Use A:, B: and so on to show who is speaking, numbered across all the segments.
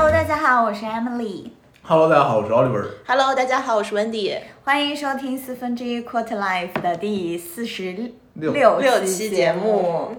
A: 我是 Emily。
B: Hello，大家好，我是 Oliver。
C: Hello，大家好，我是 Wendy。
A: 欢迎收听四分之一 Quarter Life 的第四十
B: 六
C: 六
A: 期
C: 期节目，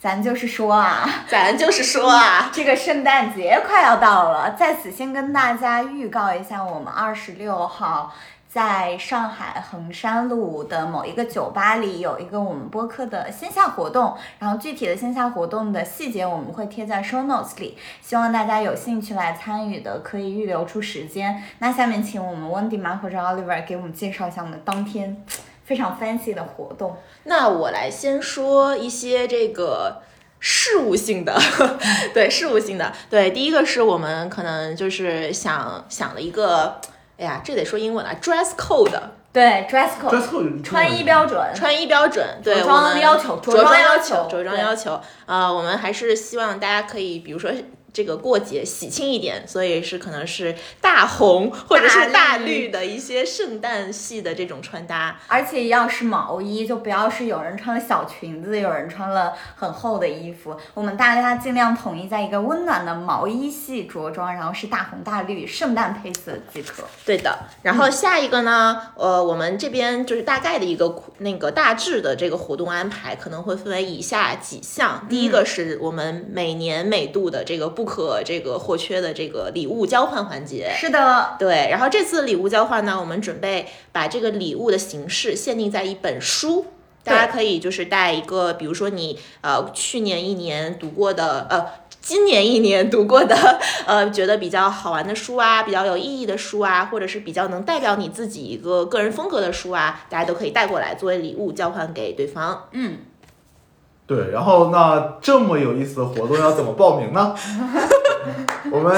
A: 咱就是说啊，
C: 咱就是说啊，
A: 这个圣诞节快要到了，在此先跟大家预告一下，我们二十六号。在上海衡山路的某一个酒吧里有一个我们播客的线下活动，然后具体的线下活动的细节我们会贴在 show notes 里，希望大家有兴趣来参与的可以预留出时间。那下面请我们温迪妈或者 Oliver 给我们介绍一下我们当天非常 fancy 的活动。
C: 那我来先说一些这个事务性的， 对事务性的，对，第一个是我们可能就是想想了一个，哎呀，这得说英文啊，dress code，
A: 对，dress code，
B: dress code
A: 哦穿衣标准，
C: 穿衣标准，对，
A: 着装
C: 我们
A: 要求着
C: 着
A: 装
C: 装
A: 要
C: 求
A: 求，
C: 着装
A: 对
C: 要求。呃，我们还是希望大家可以，比如说这个过节喜庆一点，所以是可能是大红或者是
A: 大
C: 大
A: 绿
C: 绿的一些圣诞系的这种穿搭。
A: 而且要是毛衣，就不要是有人穿了小裙子，有人穿了很厚的衣服。我们大家尽量统一在一个温暖的毛衣系着装，然后是大红大绿、圣诞配色即可。
C: 对的，然后下一个呢，呃，我们这边就是大概的一个那个大致的这个活动安排，可能会分为以下几项。第
A: 嗯
C: 一个是我们每年每度的这个不可这个或缺的这个礼物交换环节，
A: 是的，
C: 对，然后这次礼物交换呢，我们准备把这个礼物的形式限定在一本书。大家可以就是带一个，比如说你呃去年一年读过的，呃今年一年读过的，呃觉得比较好玩的书啊，比较有意义的书啊，或者是比较能代表你自己一个个人风格的书啊，大家都可以带过来作为礼物交换给对方。
A: 嗯，
B: 对，然后那这么有意思的活动要怎么报 名呢？我们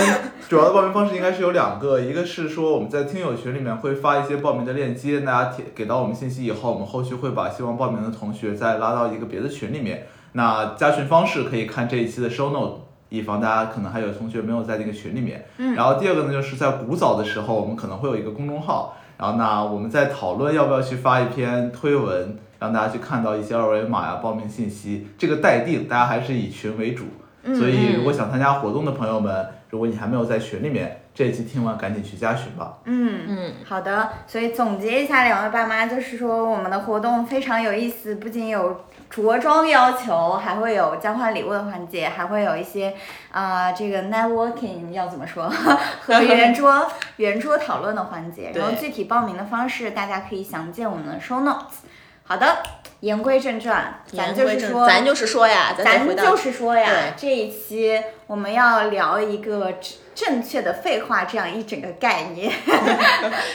B: 主要的报名方式应该是有两个，一个是说我们在听友群里面会发一些报名的链接，大家填给到我们信息以后，我们后续会把希望报名的同学再拉到一个别的群里面。那加群方式可以看这一期的 show note，以防大家可能还有同学没有在那个群里面。嗯。然后第二个呢，就是在古早的时候，我们可能会有一个公众号，然后那我们在讨论要不要去发一篇推文，让大家去看到一些二维码呀、报名信息。这个待定，大家还是以群为主。
C: 嗯
B: 所以，如果想参加活动的朋友们，如果你还没有在群里面，这一期听完赶紧去加群吧。
A: 嗯嗯，好的。所以总结一下，两位爸妈就是说，我们的活动非常有意思，不仅有着装要求，还会有交换礼物的环节，还会有一些啊、这个 networking 要怎么说和圆桌圆桌讨论的环节。然后
C: 对
A: 具体报名的方式，大家可以详见我们的 show notes。好的，言归正传，咱就
C: 言
A: 是
C: 归正
A: 说，
C: 咱就是说呀，咱得
A: 咱
C: 回到
A: 就是说呀
C: 对，
A: 这一期我们要聊一个正正确的废话这样一整个概念。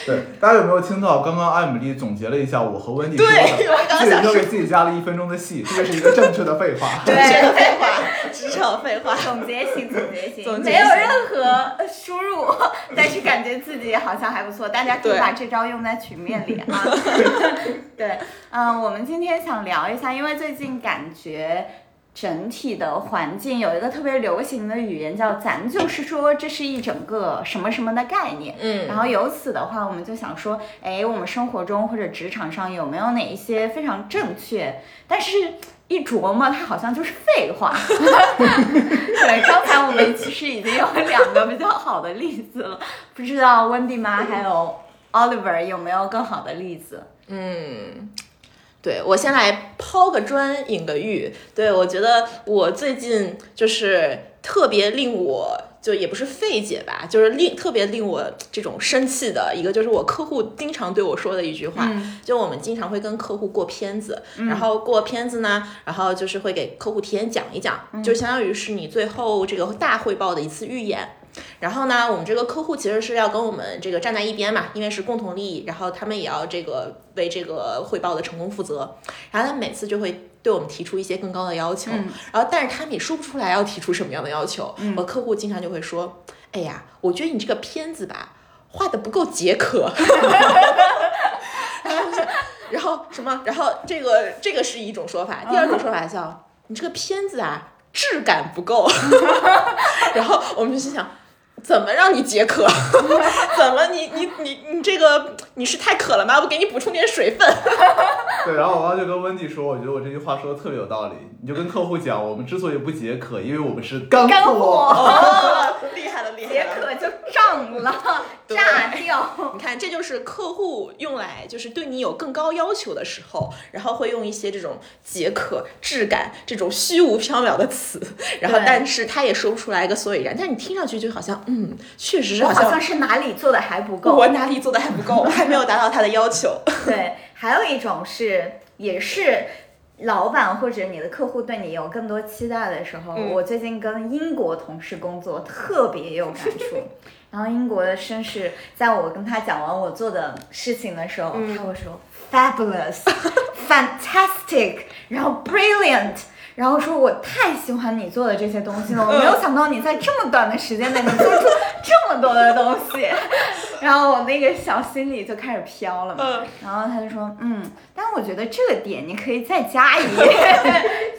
B: 对，大家有没有听到？刚刚艾米丽总结了一下我和温迪说
C: 对我
B: 的，
C: 刚
B: 自己
C: 想
B: 都
C: 说
B: 给自己加了一分钟的戏，这个是一个正确的废话。
A: 对
C: 这个废话，职场废话。
A: 总结型，总结型，
C: 总结型
A: 没有任何呃输入， 但是感觉自己好像还不错。大家可以
C: 对
A: 把这招用在曲面里 啊。 对，嗯、我们今天想聊一下，因为最近感觉。整体的环境有一个特别流行的语言叫“咱”，就是说这是一整个什么什么的概念。
C: 嗯
A: 然后由此的话，我们就想说，哎，我们生活中或者职场上有没有哪一些非常正确，但是一琢磨它好像就是废 话。对，刚才我们其实已经有两个比较好的例子了，不知道温蒂妈还有 Oliver 有没有更好的例子？
C: 嗯，对我先来抛个砖引个玉。对我觉得我最近就是特别令我就也不是费解吧，就是令特别令我这种生气的一个，就是我客户经常对我说的一句话，就我们经常会跟客户过片子，然后过片子呢，然后就是会给客户提前讲一讲，就相当于是你最后这个大汇报的一次预演。然后呢，我们这个客户其实是要跟我们这个站在一边嘛，因为是共同利益，然后他们也要这个为这个汇报的成功负责。然后他每次就会对我们提出一些更高的要求，然后但是他们也说不出来要提出什么样的要求。我客户经常就会说：“哎呀，我觉得你这个片子吧，画的不够解渴。” 然后什么？然后这个这个是一种说法，第二种说法叫你这个片子啊质感不够。 然后我们就心想，怎么让你解 渴？怎么你你你你这个你是太渴了吗？我给你补充点水 分。
B: 对，然后我刚就跟温迪说，我觉得我这句话说的特别有道理。你就跟客户讲，我们之所以不解渴，因为我们是干
A: 干
B: 货。
A: 货，
C: 哦，厉害了厉
A: 解
C: 害了！
A: 渴就照忘了，
C: 对
A: 炸 掉。
C: 你看，这就是客户用来就是对你有更高要求的时候，然后会用一些这种解渴、质感这种虚无缥缈的词，然后
A: 对
C: 但是他也说不出来一个所以然，但你听上去就好像，嗯，确实是
A: 我
C: 好
A: 好
C: 像
A: 像是哪里做的还不够。
C: 我哪里做的还 不够，我还没有达到他的要求。
A: 对，还有一种是也是。老板或者你的客户对你有更多期待的时候，
C: 嗯
A: 我最近跟英国同事工作特别有感 触。然后英国的绅士在我跟他讲完我做的事情的时候，
C: 嗯
A: 他会说 fabulous、fantastic，然后 brilliant，然后说我太喜欢你做的这些东西了，我没
C: 嗯
A: 有想到你在这么短的时间内能做出这么多的东西。 然后我那个小心里就开始飘了嘛。
C: 嗯
A: 然后他就说，嗯，但我觉得这个点你可以再加一，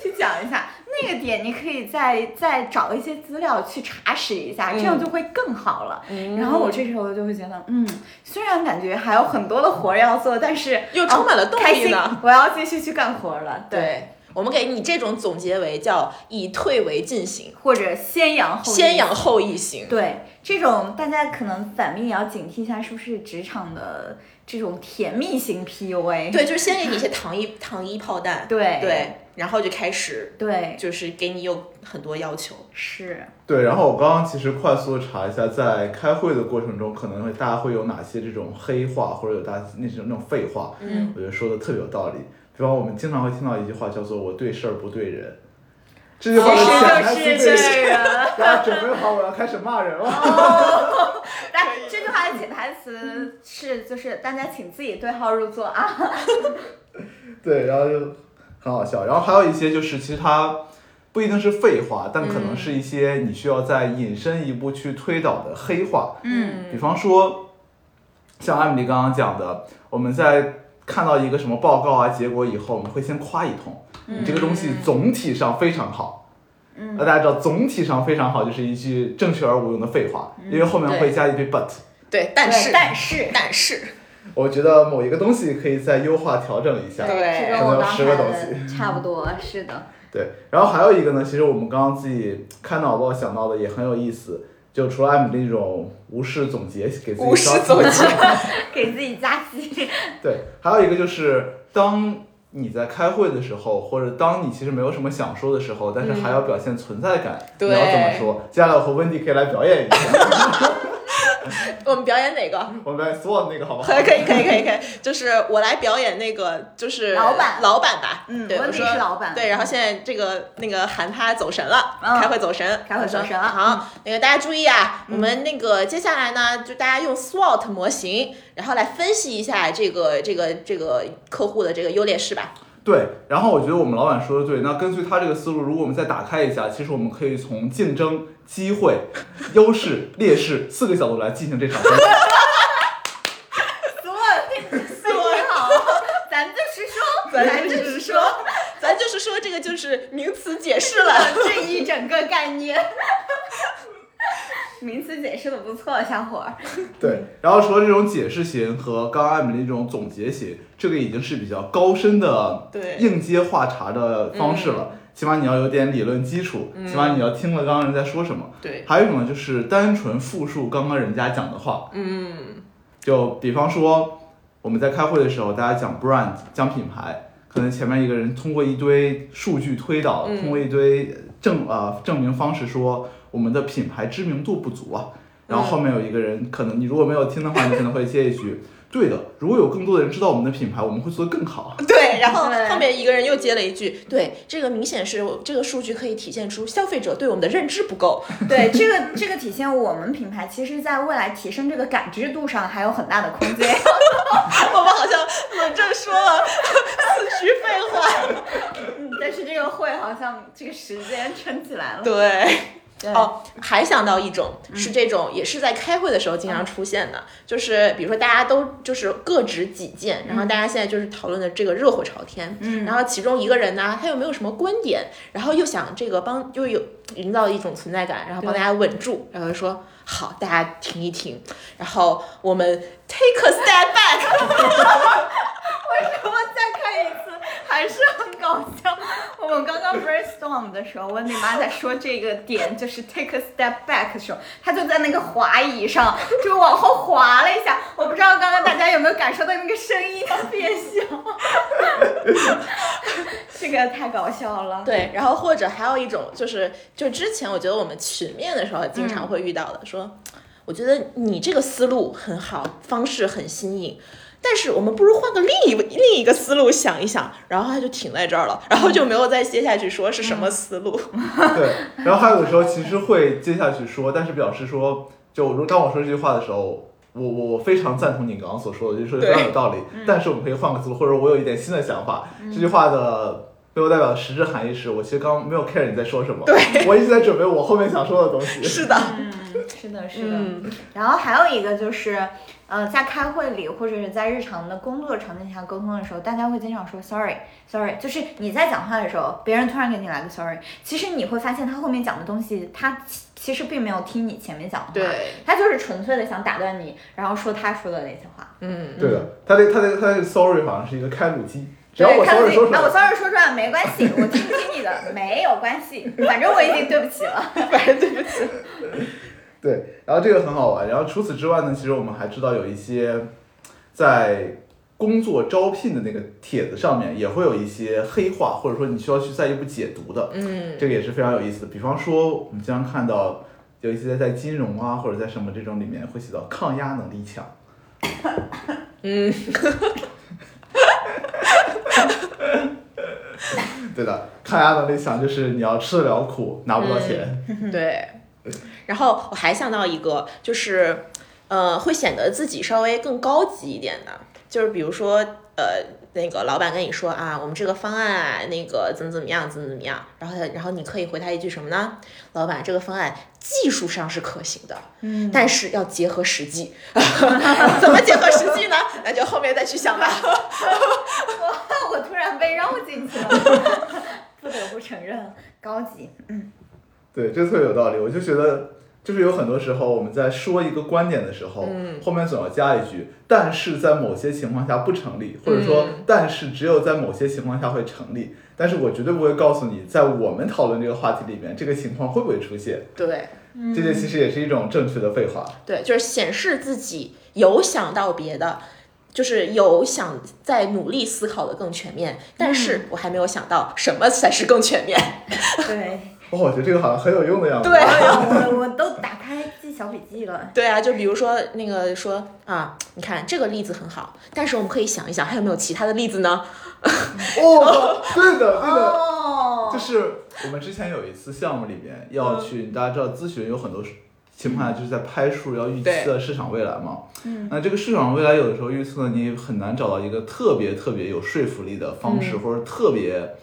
A: 去讲一下。那个点你可以再再找一些资料去查实一下，
C: 嗯
A: 这样就会更好了。然后我这时候就会觉得，嗯，虽然感觉还有很多的活儿要做，但是哦
C: 又充满了动力
A: 开心
C: 呢
A: 我要继续去干活儿了。
C: 对，我们给你这种总结为叫以退为进行，
A: 或者先扬后抑
C: 先扬后抑行。
A: 对这种大家可能反面也要警惕一下，是不是职场的这种甜蜜型 PUA？
C: 对，就是先给你一些糖衣糖衣炮弹，
A: 对
C: 对，然后就开始
A: 对
C: 就是给你有很多要求。
A: 是，
B: 对，然后我刚刚其实快速地查一下，在开会的过程中，可能会大家会有哪些这种黑话，或者有大家那种那种废话，
A: 嗯，
B: 我觉得说的特别有道理。比方我们经常会听到一句话叫做“我对事儿不对人”，这句话的潜台词
A: 其实就是
B: 是，
A: 这人。
B: 大家准备好我要开始骂人了。
A: 但这句话的潜台词是，就是大家请自己对号入座啊。
B: 对，然后就很好笑。然后还有一些就是，其实它不一定是废话，但可能是
A: 嗯
B: 一些你需要再引申一步去推导的黑话。
A: 嗯，
B: 比方说，像艾米丽刚刚讲的，我们在看到一个什么报告啊结果以后，我们会先夸一通，你这个东西总体上非常好。
A: 嗯
B: 那大家知道，总体上非常好就是一句正确而无用的废话，
A: 嗯
B: 因为后面会加一句 but。
C: 对，但
A: 对
C: 是
A: 但是
C: 但是，
B: 我觉得某一个东西可以再优化调整一下。
C: 对
A: 这跟
B: 可能
A: 我
B: 有
A: 刚才
B: 十个东
A: 的 差不多，是的，
B: 对，然后还有一个呢，其实我们刚刚自己开脑包想到的也很有意思，就除了艾米丽这种无视总结给自己
C: 无视
B: 刷
C: 总
B: 题
C: 结，
A: 给自己加戏。
B: 对，还有一个就是当你在开会的时候，或者当你其实没有什么想说的时候，但是还要表现存在感，
C: 嗯对
B: 你要怎么说？接下来我和温迪可以来表演一下，
C: 我们表演哪个？
A: 嗯
B: 我们来 SWOT 那个好不好？
C: 可以可以可以可以可以，就是我来表演那个就是
A: 老板
C: 老板吧，
A: 嗯
C: 对，
A: 温
C: 我
A: 迪
C: 说
A: 是老板
C: 对，然后现在这个那个韩他走神了，
A: 嗯
C: 开会走神，
A: 开会走神了嗯
C: 我说好，那个大家注意啊，我们那个接下来呢，就大家用 SWOT 模型，然后来分析一下这个这个这个客户的这个优劣势吧。
B: 对，然后我觉得我们老板说的对。那根据他这个思路，如果我们再打开一下，其实我们可以从竞争、机会、优势、劣势四个角度来进行这场分析。
A: 所有所有好，咱就是说，咱就是说，呃
C: 咱就是说这个就是名词解释 了，
A: 这一整个概念。 名词解释的不错，小伙儿。
B: 对，然后除了这种解释型和刚刚艾米丽这种总结型，这个已经是比较高深的
C: 对
B: 应接话茬的方式了。起码你要有点理论基础，起码你要听了刚刚人在说什么。
C: 对，
B: 还有一种呢，就是单纯复述刚刚人家讲的话。
C: 嗯，
B: 就比方说，我们在开会的时候，大家讲 brand，讲品牌，可能前面一个人通过一堆数据推导，
C: 嗯
B: 通过一堆证呃证明方式说我们的品牌知名度不足
C: 嗯
B: 啊。然后后面有一个人，可能你如果没有听的话，你可能会接一句：“ 对的，如果有更多的人知道我们的品牌，我们会做得更好。
C: 对，然后
A: 对
C: 后面一个人又接了一句，对，这个明显是我这个数据可以体现出消费者对我们的认知不够，
A: 对这个这个体现我们品牌，其实在未来提升这个感知度上还有很大的空间。
C: 我们好像论证说了 四句废话。
A: 嗯，但是这个会好像这个时间撑起来了。
C: 对，
A: 对嗯
C: 哦，还想到一种是这种，也是在开会的时候经常出现的，就是比如说大家都就是各执己见，然后大家现在就是讨论的这个热火朝天，
A: 嗯
C: 然后其中一个人呢，他又没有什么观点，然后又想这个帮又有营造一种存在感，然后帮
A: 对
C: 大家稳住，然后就说好，大家停一停，然后我们 take a step back。
A: 我们再看一次，还是很搞笑。我我刚刚 brainstorm 的时候，温迪妈在说这个点，就是 take a step back 的时候，她就在那个滑椅上就往后滑了一下。我不知道刚刚大家有没有感受到那个声音的变小，这个太搞笑了。
C: 对，然后或者还有一种就是，就之前我觉得我们群面的时候经常会遇到的，说我觉得你这个思路很好，方式很新颖。但是我们不如换个另一另一个思路想一想，然后他就停在这儿了，然后就没有再接下去说是什么思路。
B: 对，然后还有的时候其实会接下去说，但是表示说，就如当我说这句话的时候，我我我非常赞同你刚刚所说的，就是说得非常有道理。但是我们可以换个思路，或者我有一点新的想法。这句话的背后代表的实质含义是我其实刚刚没有 care 你在说什么，我一直在准备我后面想说的东西。
C: 是的，
A: 嗯，是的，是的。
C: 嗯，
A: 然后还有一个就是，呃，在开会里或者是在日常的工作场景下沟通的时候，大家会经常说 “sorry”，“sorry”，就是你在讲话的时候，别人突然给你来个 “sorry”，其实你会发现他后面讲的东西，他其其实并没有听你前面讲的话，
C: 对，
A: 他就是纯粹的想打断你，然后说他说的那些话。
C: 嗯，
B: 对的，他这他这他这 sorry 好像是一个开路机，只要
A: 对
B: 我
A: 看
B: sorry
A: 自己
B: 说出
A: 啊，我
B: 来，
A: sorry 说出来没关系，我听不听你的没有关系，反正我已经对不起了。
C: 反正对不起。
B: 对，然后这个很好玩。然后除此之外呢，其实我们还知道有一些在工作招聘的那个帖子上面也会有一些黑话，或者说你需要去再一步解读的，
C: 嗯，
B: 这个也是非常有意思的。比方说，我们经常看到有一些在金融啊或者在什么这种里面会写到抗压能力强。
C: 嗯，
B: 对的，抗压能力强就是你要吃得了苦，拿不到钱。
C: 对。然后我还想到一个，就是，呃，会显得自己稍微更高级一点的，就是比如说，呃，那个老板跟你说啊，我们这个方案啊，那个怎么怎么样，怎么怎么样，然后他，然后你可以回他一句什么呢？老板，这个方案技术上是可行的，
A: 嗯
C: 但是要结合实际。 怎么结合实际呢？那就后面再去想吧。
A: 我突然被绕进去了， 不得不承认，高级。
B: 对，这个特别有道理。我就觉得，就是有很多时候我们在说一个观点的时候，
C: 嗯
B: 后面总要加一句“但是在某些情况下不成立”，或者说
C: 嗯
B: “但是只有在某些情况下会成立”。但是我绝对不会告诉你，在我们讨论这个话题里面，这个情况会不会出现。
C: 对
B: 这些其实也是一种正确的废话。
C: 对，就是显示自己有想到别的，就是有想在努力思考的更全面，但是我还没有想到什么才是更全面。
A: 对。
B: 哦，我觉得这个好像很有用的样子。
C: 对
A: 哎呀， 我我都打开记小笔记了。
C: 对啊，就比如说那个说啊，你看这个例子很好，但是我们可以想一想，还有没有其他的例子呢？
B: 哦，对的，对 的。
A: 哦
B: 就是我们之前有一次项目里面
C: 嗯
B: 要去，大家知道咨询有很多情况下就是在拍数要预
C: 对
B: 测市场未来嘛。
A: 嗯。
B: 那这个市场未来有的时候预测呢，你很难找到一个特别特别有说服力的方式，或者特别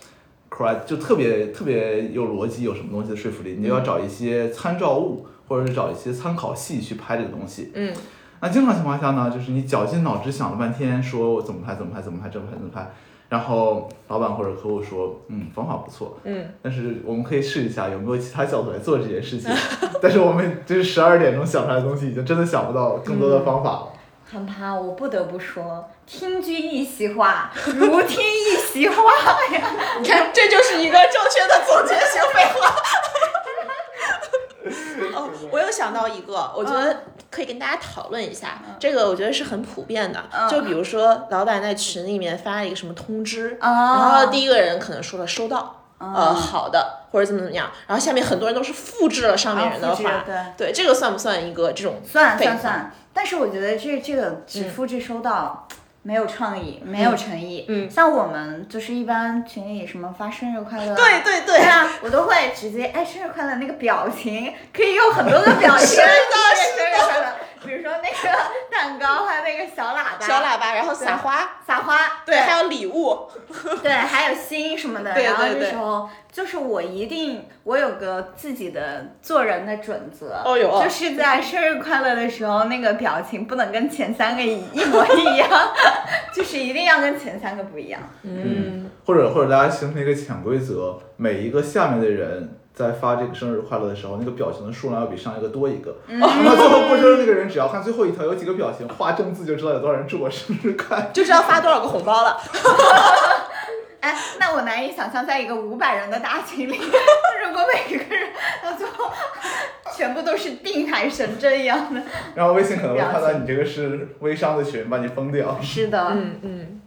B: correct 就特别特别有逻辑有什么东西的说服力，你就要找一些参照物或者是找一些参考系去拍这个东西。
C: 嗯
B: 那经常情况下呢，就是你绞尽脑汁想了半天，说我怎么拍怎么拍怎么拍怎么拍怎么拍，然后老板或者客户说，嗯，方法不错，
C: 嗯，
B: 但是我们可以试一下有没有其他小组来做这件事情。 但是我们就是十二点钟想出来的东西，已经真的想不到更多的方法了。
A: 很怕，我 不得不说，听君一席话，如听一席 话呀。
C: 你看这就是一个正确的总结型废话。 哦，我又想到一个，我觉得
A: 嗯
C: 可以跟大家讨论一下，这个我觉得是很普遍的。
A: 嗯
C: 就比如说，老板在群里面发了一个什么通知，
A: 啊
C: 然后第一个人可能说了收到，呃，好的，或者怎么怎么样，然后下面很多人都是复制了上面人的
A: 啊复制
C: 话，
A: 了
C: 对，这个算不算一个这种
A: 算
C: 废话
A: 算算，但是我觉得这这个只复制收到。没有创意，没有诚意。
C: 嗯
A: 像我们就是一般群里什么发生日快乐啊，
C: 对对对
A: 对啊，我都会直接哎生日快乐那个表情，可以有很多个表情。
C: 是的
A: 对 生日快乐，比如说那个蛋糕，还有那个小喇叭，
C: 小喇叭，然后撒花，
A: 撒花，
C: 对，还有礼物，
A: 对，还有心什么的。
C: 对对
A: 然后这
C: 对
A: 时候就是我一定，我有个自己的做人的准则。
C: 哦哟
A: 就是在生日快乐的时候，那个表情不能跟前三个一一模一样， 就是一定要跟前三个不一样。
B: 嗯，或者或者大家形成一个潜规则，每一个下面的人在发这个生日快乐的时候，那个表情的数量要比上一个多一个。那最后过生日那个人只要看最后一条有几个表 情，画正字就知道有多少人祝我生日快乐。
C: 就知道发多少个红包了。
A: 哎，那我难以想象，在一个五百人的大群里， 如果每个人到最后全部都是定海神针一样的。
B: 然后微信可能会判断你这个是微商的群，把你封掉。
A: 是的，
C: 嗯嗯，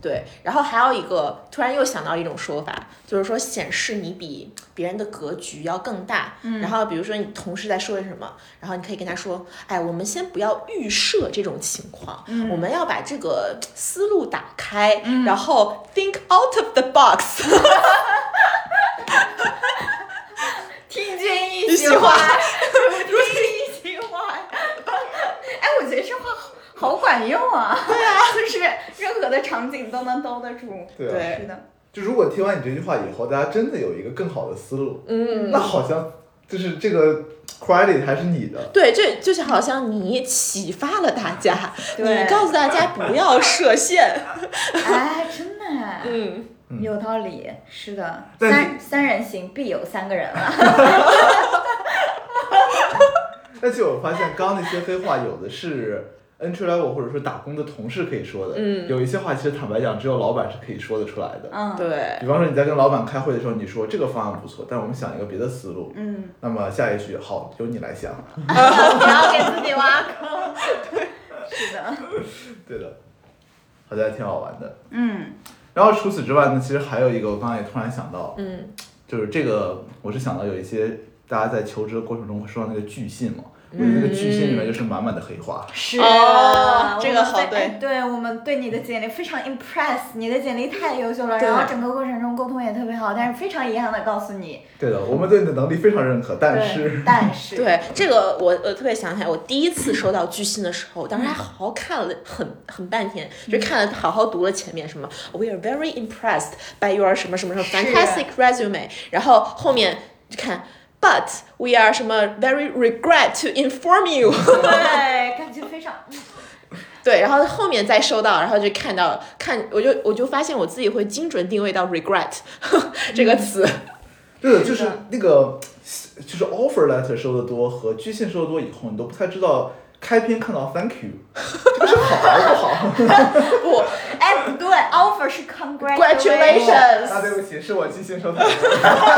C: 对。然后还有一个，突然又想到一种说法，就是说显示你比别人的格局要更大。
A: 嗯
C: 然后比如说你同事在说什么，然后你可以跟他说：“哎，我们先不要预设这种情况，
A: 嗯
C: 我们要把这个思路打开，
A: 嗯
C: 然后 think out of the box。
A: 听君
C: 一
A: 一
C: 席
A: 席
C: 话
A: 话，如听一席话。 哎，我觉得这话好好管用啊！对啊， 就是任何的场景都能兜得住。
B: 对啊
C: 对
A: 是的，
B: 就如果听完你这句话以后，大家真的有一个更好的思路，
C: 嗯
B: 那好像就是这个 credit 还是你的。
C: 对，这就是好像你启发了大家，
A: 对
C: 你告 诉大家不要设限。
A: 哎，真的哎。
C: 嗯，
B: 嗯
A: 有道理，是的，
B: 但
A: 三三人行必有三个人了。
B: 但其实我发现，刚刚那些黑话有的是 entry level E 或者说打工的同事可以说的，
C: 嗯
B: 有一些话其实坦白讲，只有老板是可以说得出来的。
A: 嗯，
C: 对，
B: 比方说你在跟老板开会的时候，你说这个方案不错，但我们想一个别的思路。
A: 嗯，
B: 那么下一句好，由你来想。
A: 不要给自己挖坑。是的，
B: 对的，好像挺好玩的。
A: 嗯
B: 然后除此之外呢，其实还有一个，我刚刚也突然想到，
C: 嗯
B: 就是这个，我是想到有一些大家在求职的过程中会说到那个拒信嘛，
A: 嗯
B: 我觉得那个拒信里面就是满满的黑话。
A: 是
C: 哦这个好
A: 我们
C: 对
A: 哎对我们对你的简历非常 impress，你的简历太优秀了，
C: 对
A: 然后整个过程中沟通也特别好，但是非常遗憾的告诉你，
B: 对的，我们对你的能力非常认可，但
A: 对
B: 是，
A: 但是，
C: 对，这个我我特别想起来，我第一次收到巨信的时候，当时还好好看了很很半天，就看了好好读了前面什么，We are very impressed by your 什么什么什么
A: 是
C: fantastic resume，然后后面就看。But we are 什么 very regret to inform you，
A: 对，感觉非常，
C: 对，然后后面再收到，然后就看到看，我就我就发现我自己会精准定位到 regret 这个词，
B: 对的，就是那个就是 offer letter 收的多和拒信收的多以后，你都不太知道开篇看到 thank you 这个是好还是不好。
C: 不
A: 哎，不对，offer 是 congratulation，
C: congratulations，
B: 那对不起，是我拒信收太多。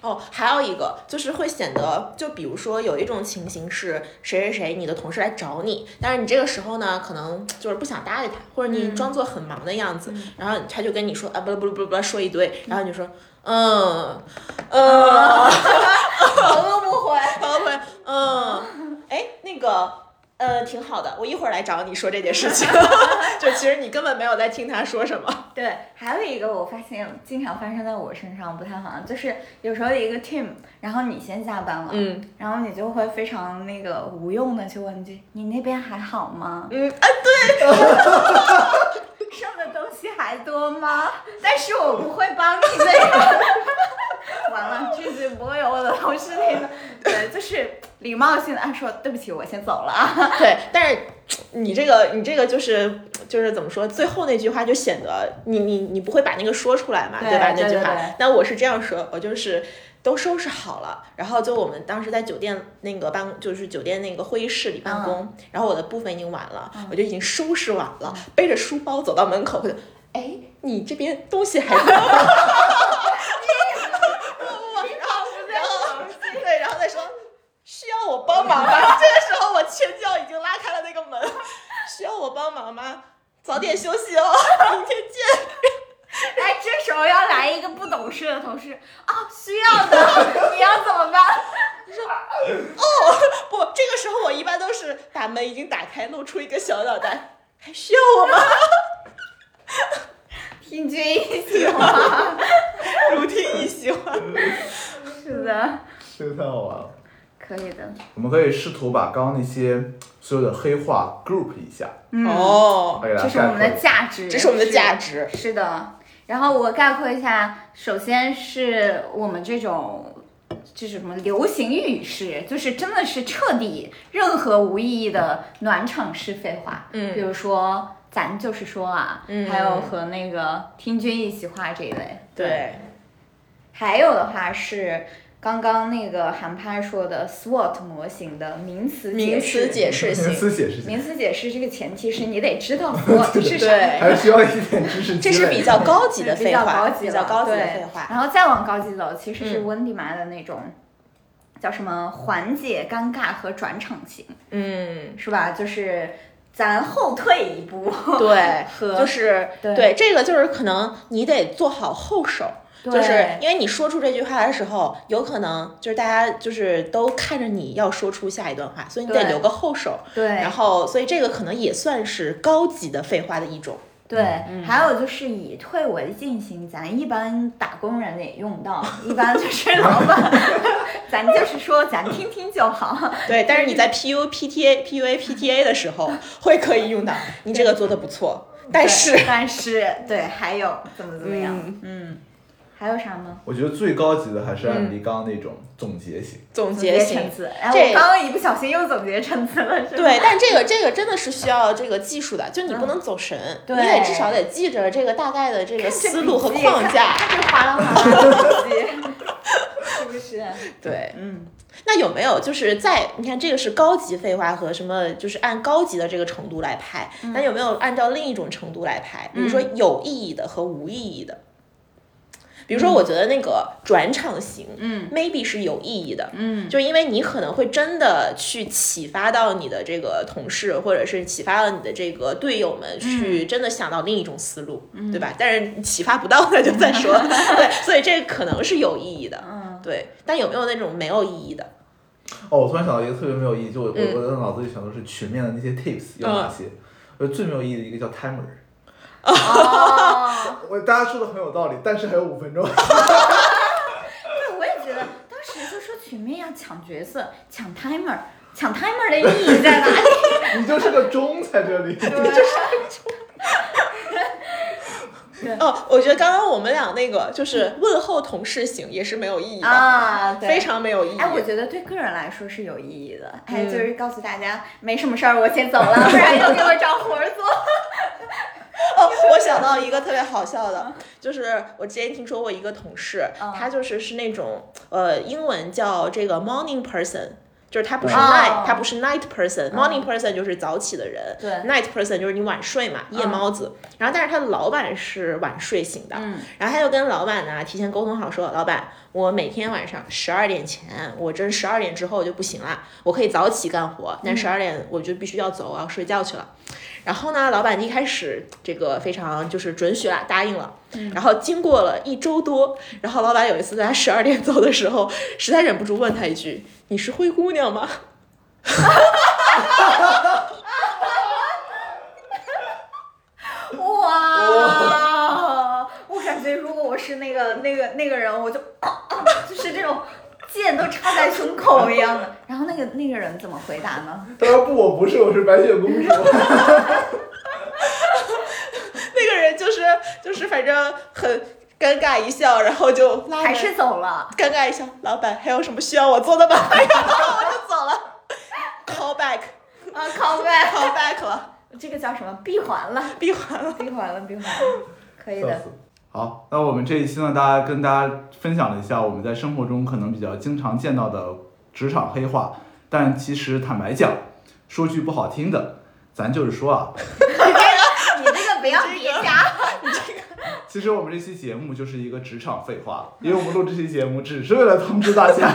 C: 哦，还有一个就是会显得，就比如说有一种情形是谁谁谁，你的同事来找你，但是你这个时候呢，可能就是不想搭理他，或者你
A: 嗯
C: 装作很忙的样子，然后他就跟你说啊，不不不不说一堆，然后你就说嗯嗯，
A: 头都不回。
C: 然后会嗯，哎那个。呃，挺好的，我一会儿来找你说这件事情。 就其实你根本没有在听他说什么。
A: 对，还有一个我发现经常发生在我身上不太好，就是有时候一个 team，然后你先下班了，
C: 嗯
A: 然后你就会非常那个无用的去问一句：“你那边还好吗？
C: 嗯，
A: 剩的东西还多吗？”但是我不会帮你那个。 完了，这句不会有我的同事听的。对，就是礼貌性的啊说：“对不起，我先走了啊。
C: 对，但是你这个你这个就是就是怎么说，最后那句话就显得你你你不会把那个说出来嘛，
A: 对
C: 吧？
A: 对
C: 那句话，
A: 对对
C: 那我是这样说，我就是。都收拾好了，然后就我们当时在酒店那个办，就是酒店那个会议室里办公，
A: 嗯
C: 然后我的部分已经完了，我就已经收拾完了，背着书包走到门口，我就，哎，你这边东西还多吗？
A: 你好不在手机
C: 对，然后再说需要我帮忙吗？ 这个时候我前脚已经拉开了那个门，需要我帮忙吗？早点休息哦， 明天见。
A: 哎，这时候要来一个不懂事的同事啊，需要的，你要怎么办？
C: 不，这个时候我一般都是把门已经打开，露出一个小脑袋，还需要我吗？
A: 听君一席话。
C: 如听一席话。
A: 是的，
B: 这个太好玩了。
A: 可以的。
B: 我们可以试图把刚刚那些所有的黑话 group 一下，
A: 嗯，
C: 哦，
B: 把给大
A: 这
B: 家
A: 是我们的
B: 啊概括一下。
A: 价值，
C: 这是我们的价值。
A: 是。是的，然后我概括一下，首先是我们这种。就是什么流行语式，就是真的是彻底任何无意义的暖场式废话，
C: 嗯
A: 比如说咱就是说啊，
C: 嗯
A: 还有和那个听君一席话这一类，
C: 对，
A: 还有的话是，刚刚那个韩派说的 SWOT 模型的名词
C: 名词
A: 解
C: 解释
B: 名
C: 性，
B: 词解释性，
A: 名词解释这个前提是你得知道 SWOT 是啥。
C: 对
B: 还是需要一点知识积累。
C: 这是比较高级的
A: 比
C: 废
A: 较
C: 话，
A: 高级
C: 比
A: 了
C: 较高级的
A: 对
C: 废话。嗯
A: 然后再往高级走，其实是温蒂玛的那种。叫什么缓解尴尬和转场型
C: 嗯，
A: 是吧？就是咱后退一步，
C: 对，
A: 和
C: 就是
A: 对
C: 对这个就是可能你得做好后手。
A: 对
C: 就是因为你说出这句话的时候，有可能就是大家就是都看着你要说出下一段话，所以你得
A: 对
C: 留个后手。
A: 对
C: 然后，所以这个可能也算是高级的废话的一 种。
A: 对，
C: 嗯
A: 还有就是以退为进型，咱一般打工人也用到，一般就是老板， 咱就是说咱听听就好。
C: 对，但是你在 PU、PTA、PUA、PTA 的时候会可以用到，你这个做的不错， 但是
A: 对但是对，还有怎么怎么样，嗯
C: 嗯
A: 还有啥吗？
B: 我觉得最高级的还是按黎刚那种总结型。
C: 总
A: 总
C: 结
A: 陈
C: 型。
A: 词，哎，
C: 这
A: 我刚刚一不小心又总结陈词了，是吧？
C: 对，但这个这个真的是需要这个技术的，就你不能走神，
A: 嗯对
C: 你得至少得记着这个大概的这个
A: 这
C: 思路和
A: 笔记
C: 框架。
A: 看这哗啦哗啦的笔记，是不 是？
C: 对，
A: 嗯，
C: 那有没有就是在你看这个是高级废话和什么，就是按高级的这个程度来排，
A: 嗯
C: 那有没有按照另一种程度来排？比如说有意义的和无意义的。比如说，我觉得那个转场型，
A: 嗯
C: ，maybe 是有意义的，
A: 嗯，
C: 就因为你可能会真的去启发到你的这个同事，或者是启发到你的这个队友
A: 嗯
C: 们，去真的想到另一种思路，对吧？但是你启发不到那就再 说，对，所以这可能是有意义的，
A: 嗯，
C: 对。但有没有那种没有意义的？
B: 哦，我突然想到一个特别没有意义，就我我
C: 嗯
B: 我的脑子里想的是群面的那些 tips 有哪些。呃，最没有意义的一个叫 timer，
A: 哦，
B: 我大家说的很有道理，但是还有五分钟。
A: 对，我也觉得当时就说群面要抢角色，抢 timer，抢 timer 的意义在哪里？
B: 你就是个钟在这里。
C: 哦，我觉得刚刚我们俩那个就是问候同事型也是没有意义 的，
A: 嗯啊，对
C: 非。常没有意义。
A: 哎，我觉得对个人来说是有意义的。哎，
C: 嗯
A: 就是告诉大家没什么事儿，我先走了，不然又给我找活儿做。
C: 哦，我想到一个特别好笑的，就是我之前听说过一个同事，
A: 嗯
C: 他就是是那种呃，英文叫这个 morning person。就是他不是
A: 哦嗯
C: night，、他不是 night person，morning person 就是早起的人、
A: 对
C: n i g h t person 就是你晚睡嘛，夜
A: 嗯
C: 猫子。然后但是他的老板是晚睡型的，
A: 嗯
C: 然后他就跟老板呢提前沟通好说，老板，我每天晚上十二点前，我真十二点之后就不行了，我可以早起干活，但
A: 嗯
C: 十二点我就必须要走，我要睡觉去了。然后呢，老板一开始这个非常就是准许啦，答应了。
A: 嗯
C: 然后经过了一周多，然后老板有一次在他十二点走的时候，实在忍不住问他一句：“你是灰姑娘吗？”
A: 哇，我感觉如果我是那个那个那个人，我就、 就是这种剑都插在胸口一样的。然后那个那个人怎么回答呢？
B: 他说不，我不是，我是白雪公主。
C: 那个人就是就是反正很尴尬一笑，然后就拉
A: 还
C: 着
A: 是走了？
C: 尴尬一下，老板还有什么需要我做的吗？ 然
A: 哦
C: 后我就走了。Call back，call
A: 啊，call back，
C: back 了，
A: 这个叫什么？闭环了，
C: 闭环了。
A: 闭环了，闭环了，可以
B: 笑
A: 的。
B: 死 好，那我们这一期呢，大家跟大家分享了一下我们在生活中可能比较经常见到的职场黑话，但其实坦白讲，说句不好听的，咱就是说啊，
A: 你这个不要叠加。
B: 其实我们这期节目就是一个职场废话，因为我们录这期节目只是为了通知大 家，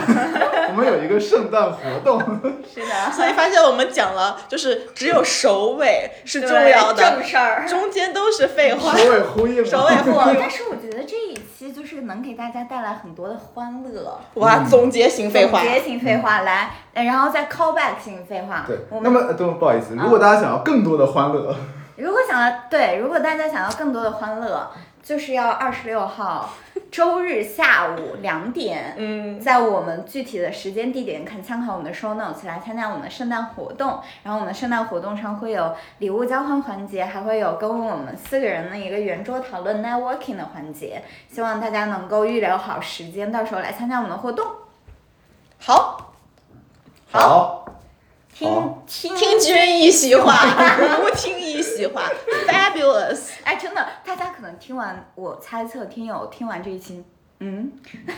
B: 我们有一个圣诞活动。
A: 是的，
C: 所以发现我们讲了，就是只有首尾是重
A: 对
C: 要
A: 正
C: 的，
A: 事儿。
C: 中间都是废话。
B: 首尾呼应，
C: 首尾呼
A: 哇但是我觉得这一期就是能给大家带来很多的欢乐。
C: 哇，总结型废话
A: 总，结型废话来，呃然后再 callback 型废话。
B: 嗯对，
A: 我
B: 那
A: 们
B: 么呃都不好意
C: 啊
B: 思，如果大家想要更多的欢乐，
A: 如果想要对，如果大家想要更多的欢乐，就是要二十六 号周日下午两点，
C: 嗯，
A: 在我们具体的时间地点可以参考我们的 show notes 来参加我们的圣诞活动。然后我们的圣诞活动上会有礼物交换环节，还会有跟我们四个人的一个圆桌讨论 networking 的环节。希望大家能够预留好时间，到时候来参加我们的活动。
C: 好，
B: 好，
A: 听
B: 好
A: 听
C: 听君一席话，吾听一席话，fabulous。
A: 哎，真的，大家可能听完我猜测，听友听完这一期嗯，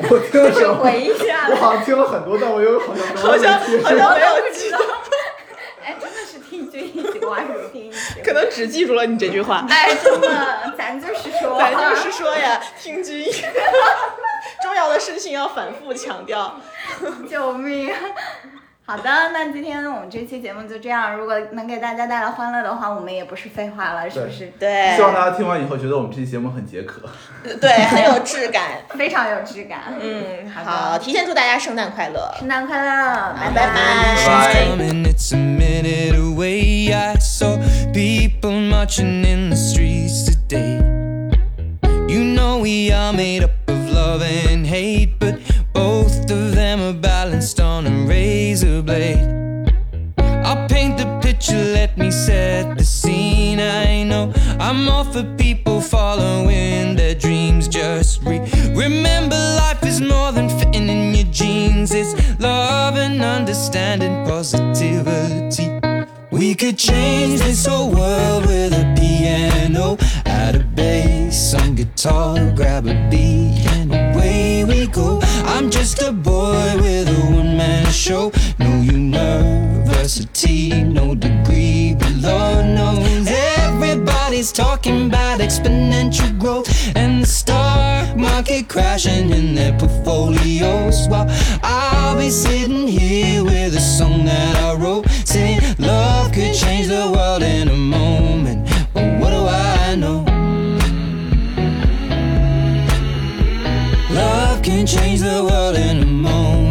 B: 我听了
A: 就
B: 什
A: 是
B: 么？
A: 回忆下
B: 我
A: 来，
B: 好像听了很多，但我又好像没有
C: 好像
B: 记
C: 好像没有记得，
A: 哎，真的是听一句一句，完全听一句。
C: 可能只记住了你这句话。
A: 哎，真的，咱就是说，
C: 咱就是说呀，听君一， 重要的事情要反复强调。
A: 救命！好的，那今天我们这期节目就这样。如果能给大家带来欢乐的话，我们也不是废话了，是不是？
C: 对
B: 希望大家听完以后觉得我们这期节目很解渴。
C: 对，很有质感。
A: 非常有质感。
C: 嗯，
A: 好的
C: 好，提前祝大家圣诞快乐。
A: 圣诞快乐，拜
C: 拜拜
B: Bye.
D: It's coming, it's a minute away. I saw people marching in the streets today. You know we are made up of love and hate, but both of them are balanced on a razor blade. I'll paint the picture, let me set the scene. I know I'm all for people following their dreams. Just re- remember life is more than fitting in your jeans, it's love and understanding positivity. We could change this whole world with a piano, add a bass, on guitar, grab a beat, and away we go. I'm just a boy with a one man show. No university, no degree, but Lord knows everybody's talking about exponential growth and the stock market crashing in their portfolios. While I'll be sitting here with a song that I wrote, saying love could change the world in a moment. But what do I know? Love can change the world in a moment.